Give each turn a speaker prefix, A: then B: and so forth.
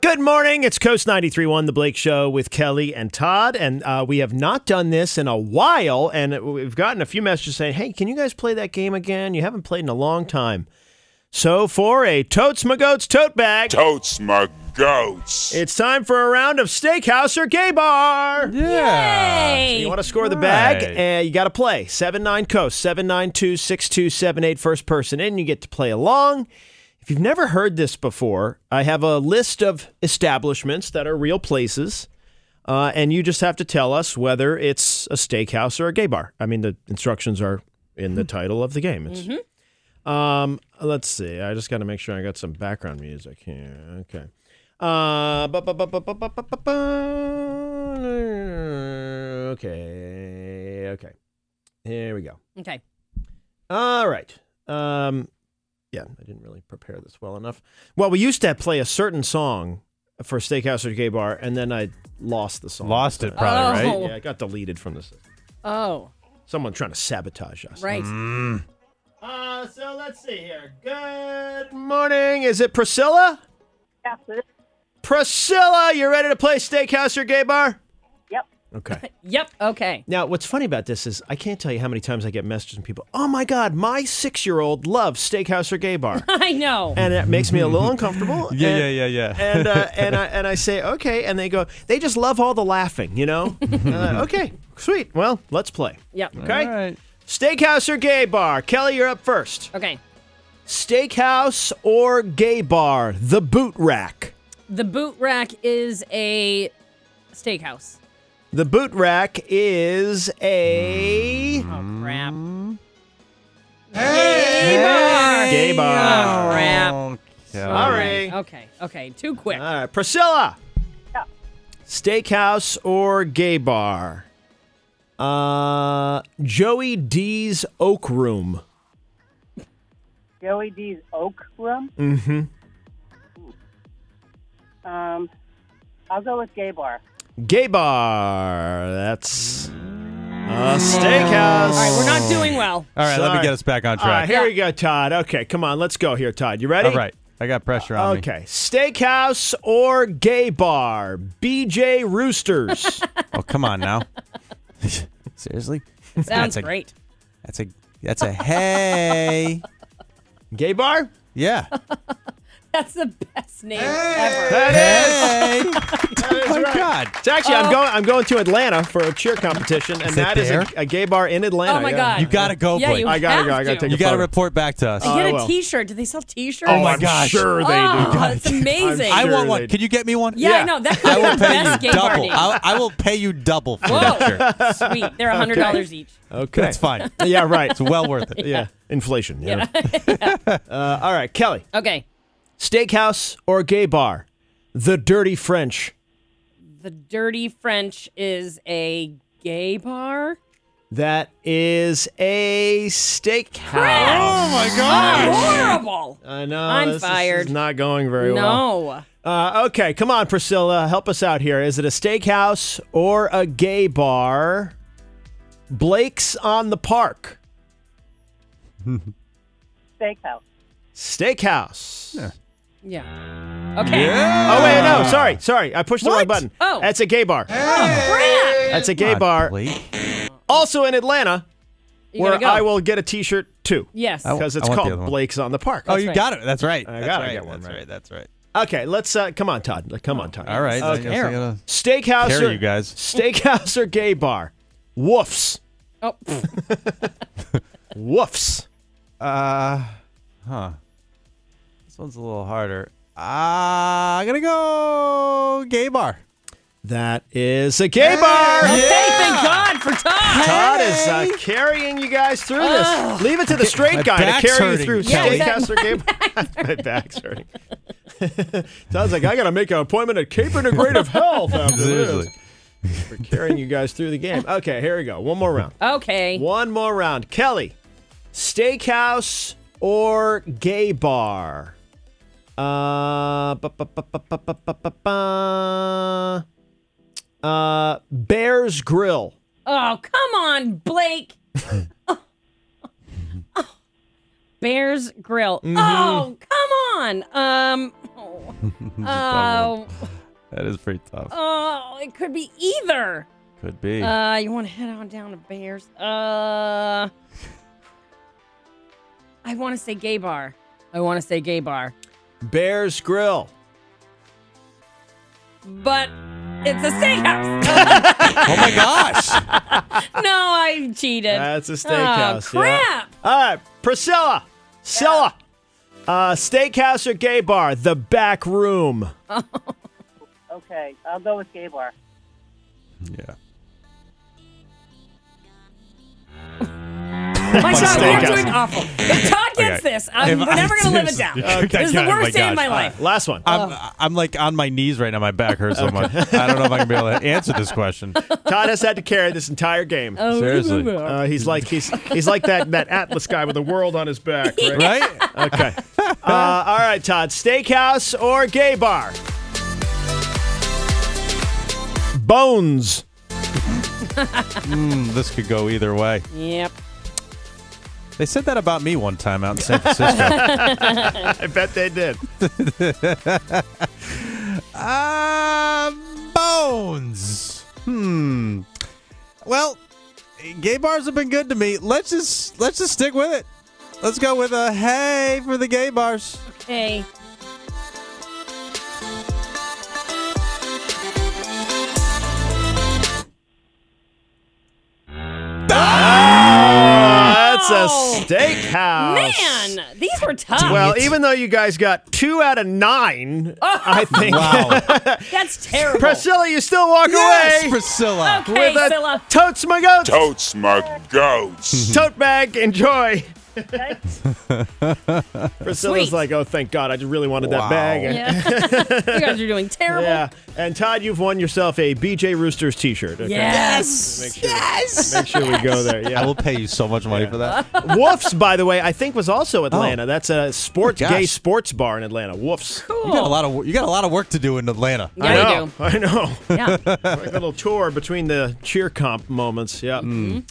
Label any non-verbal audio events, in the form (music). A: Good morning. It's Coast 93.1, The Blake Show with Kelly and Todd. And uh, we have not done this in a while. And we've gotten a few messages saying, hey, can you guys play that game again? You haven't played in a long time. So for a Totes My Goats tote bag,
B: Totes my goats.
A: it's time for a round of Steakhouse or Gay Bar.
C: Yeah.
A: You want to score the bag,
C: Right.
A: and you got to play 79 Coast, 792 6278, first person in. You get to play along. If you've never heard this before, I have a list of establishments that are real places, uh, and you just have to tell us whether it's a steakhouse or a gay bar. I mean, the instructions are in the title of the game. It's, um, let's see. I just got to make sure I got some background music here. Okay. Uh, bu- bu- bu- bu- bu- bu- bu- bu- bu- okay. Okay. Here we go.
D: Okay.
A: All right. Um, yeah, I didn't really prepare this well enough. Well, we used to play a certain song for Steakhouse or Gay Bar, and then I lost the song.
C: Lost it, probably,
D: Oh.
C: right?
A: Yeah, it got deleted from the system.
D: Oh,
A: Someone trying to sabotage us.
D: right.
A: Uh, so let's see here. Good morning. Is it Priscilla?
E: Yes, it is.
A: Priscilla, you ready to play Steakhouse or Gay Bar?
E: Yep.
A: Okay.
D: Yep. Okay.
A: Now, what's funny about this is I can't tell you how many times I get messages from people. Oh my God, my six-year-old loves Steakhouse or
E: (laughs)
A: Gay Bar,
D: (laughs) I know.
A: and it makes me a little uncomfortable.
C: (laughs) Yeah,
A: and,
C: yeah, yeah, yeah.
A: And
C: (laughs)
A: uh, and I and I say okay, and they go. They just love all the laughing, you
C: (laughs)
A: know. And I'm like, okay, sweet. Well, let's play.
D: Yep.
A: Okay.
C: All right.
A: Steakhouse or Gay Bar? Kelly, you're up first.
D: Okay.
A: Steakhouse or Gay Bar? The Boot Rack.
D: The boot rack is a steakhouse.
A: The Boot Rack is a
D: Oh crap.
A: Mm. gay bar.
C: Oh,
D: Crap.
C: Yeah.
A: Sorry.
D: Okay. Okay. Too quick.
A: All right, Priscilla.
E: Yeah.
A: Steakhouse or gay bar? Uh, Joey D's Oak Room.
E: Joey D's Oak Room.
A: Mm-hmm.
E: Um, I'll go with Gay Bar.
A: Gay bar. That's a steakhouse.
D: All right. We're not doing well.
C: All right, let
A: Sorry.
C: me get us back on
A: All right,
C: track.
A: here we go, Todd. Okay, come on, let's go here, Todd. You ready?
C: All right. I got pressure on me.
A: Okay, steakhouse or gay bar? BJ (laughs) Roosters.
C: Oh, come on now. Seriously?
D: Sounds
C: That's a-
D: great.
C: That's a that's
A: (laughs)
C: a hey.
A: gay bar?
C: Yeah.
D: That's the best name ever.
A: That is.
C: Hey.
A: is
C: oh my
A: right. Oh.
C: god.
A: It's actually I'm going I'm going to Atlanta for a cheer competition, and
C: it
A: that is
C: there?
A: a, a gay bar in Atlanta.
D: Oh my
A: yeah.
D: God.
C: You gotta go,
D: Yeah,
C: Blake.
D: you
C: You,
A: I gotta go,
D: have
A: I gotta
D: to.
A: take a-
C: gotta
A: photo.
C: report back to us.
A: Oh, I
D: Get
A: will.
D: a T-shirt. Do they sell T-shirts?
A: Oh my
D: god.
A: gosh! Sure they
D: Oh,
A: do.
D: that's amazing.
C: I
A: sure
C: want one.
A: they-
C: Can you get me one?
D: yeah,
A: yeah.
D: I know. That's
C: I
A: (laughs)
D: the
C: will
D: best
C: pay
D: gay
C: you
D: bar
C: double.
D: name.
C: I, I will pay you double for that shirt.
A: (laughs)
D: Whoa. Sweet. They're hundred dollars each.
A: Okay.
C: That's fine.
A: Yeah, right.
C: It's well worth it.
A: yeah, inflation. (laughs) Yeah. Uh, all right, Kelly.
D: Okay.
A: Steakhouse or gay bar? The Dirty French.
D: The Dirty French is a gay bar.
A: That is a steakhouse.
C: Oh, my
A: Oh,
C: god.
D: Horrible.
A: I know.
D: I'm
A: this is- This
D: fired.
A: is not going very well.
D: No.
A: Uh, okay, come on, Priscilla, help us out here. Is it a steakhouse or a gay bar? Blake's on the park.
E: Steakhouse.
A: Steakhouse.
D: Yeah. Okay.
A: (laughs) Oh wait, no, sorry, sorry, I pushed the wrong
C: What?
A: button.
D: Oh.
A: that's a gay bar.
D: Crap.
A: That's a gay bar. Also in Atlanta,
D: You
A: where
D: gotta go.
A: I will get a T-shirt too,
D: Yes.
C: I
A: because
C: I
A: it's
C: want the
A: called
C: other one.
A: Blake's on the Park.
C: Oh, you
D: right.
C: got it. That's right.
A: I
C: That's
A: gotta
C: right.
A: get one
C: That's
A: right.
C: right. That's right.
A: Okay, let's uh, come on, Todd. Come on, Todd.
C: All right. I guess I
D: terrible.
C: gotta-
A: Steakhouse
C: Carry
A: or
C: you guys.
A: Steakhouse or gay bar? Woofs. (laughs)
D: oh. pff.
A: Woofs.
C: Uh, huh. This one's a little harder. Ah, I'm gonna go gay bar.
A: That is a gay bar.
D: Hey, thank God for Todd.
A: Todd is uh, carrying you guys through this. Leave it to the
C: my
A: straight guy
C: back's
A: to carry
C: hurting,
A: you through
C: Kelly.
A: steakhouse or game. (laughs) my back's hurting. (laughs) Sounds like I got to make an appointment at Cape Integrative Health after this.
C: Seriously.
A: We're carrying you guys through the game. Okay, here we go. One more round.
D: Okay.
A: One more round. Kelly, steakhouse or gay bar? Uh, ba- ba- ba- ba- ba- ba- ba- ba- ba. uh, Bears Grill.
D: Oh, come on,
A: (laughs)
D: Blake.
A: Mm-hmm. (laughs)
D: Bears Grill. Oh, come on. Um. Oh. Uh,
C: Double. that is pretty tough.
D: oh, it could be either.
C: Could be.
D: Uh, you want to head on down to Bears? Uh, I want to say gay bar. I want to say gay bar,
A: Bears Grill.
D: but it's a
C: (laughs)
D: steakhouse.
C: oh my gosh!
D: no, I cheated.
A: That's a steakhouse.
D: Oh,
A: yeah.
C: (laughs)
D: crap.
A: All right, Priscilla, Silla, uh, steakhouse or gay bar? The back room.
E: Okay, I'll go with gay bar.
C: (laughs) yeah.
D: My shot,
A: steakhouse.
D: you're doing awful. If Todd gets
C: Okay.
D: this, I'm,
C: If
D: we're
C: I-
D: never
C: (laughs)
D: going to live it down.
C: Okay,
D: this is the
C: God, my
D: worst day
C: gosh.
D: of my
C: All
D: life. Uh,
A: Last one.
D: Oh.
C: I'm, I'm like on my knees right now. My back hurts so much. I don't know if I can be able to answer
D: (laughs)
C: this question.
A: (laughs) Todd has had to carry this entire game.
D: Oh,
C: Seriously.
A: Uh, he's like he's he's like that that Atlas guy with the world on his
D: (laughs)
A: back. Right?
C: Right?
A: Okay. Uh, all right, Todd. Steakhouse or gay bar? Bones.
C: Mm, this could go either way.
D: Yep.
C: They said that about me one time out in
D: (laughs)
C: San Francisco.
A: I bet they did.
C: Ah, bones. Hmm. Well, gay bars have been good to me. Let's just let's just stick with it. Let's go with a hey for the gay bars.
D: Hey.
A: That's a
D: Oh.
A: steakhouse.
D: Man, these were tough.
A: Well, even though you guys got two out of nine,
D: Oh.
A: I think.
C: Wow.
D: that's terrible.
A: Priscilla, you still walk
C: yes,
A: away
C: Priscilla.
D: Okay,
A: with a
D: Priscilla.
A: totes my goats
B: Totes my goats.
A: tote bag. Enjoy.
E: Thanks.
A: Priscilla's
D: Sweet.
A: like, oh, thank God, I just really wanted
C: Wow.
A: that bag.
D: Yeah. (laughs) you guys are doing terrible.
A: Yeah. And Todd, you've won yourself a BJ Roosters T-shirt. Okay.
D: Yes.
A: Make sure, yes. Make sure we go
D: (laughs)
A: there.
C: I
A: Yeah.
C: will pay you so much money for that.
A: Woofs, by the way, I think was also Atlanta. That's a sports
C: Oh, gosh.
A: gay sports bar in Atlanta. Woofs.
C: You got a lot of you got a lot of work to do in Atlanta.
D: Yeah, you
A: I know. (laughs) I know.
D: do. Yeah.
A: like a little tour between the cheer comp moments. Yeah.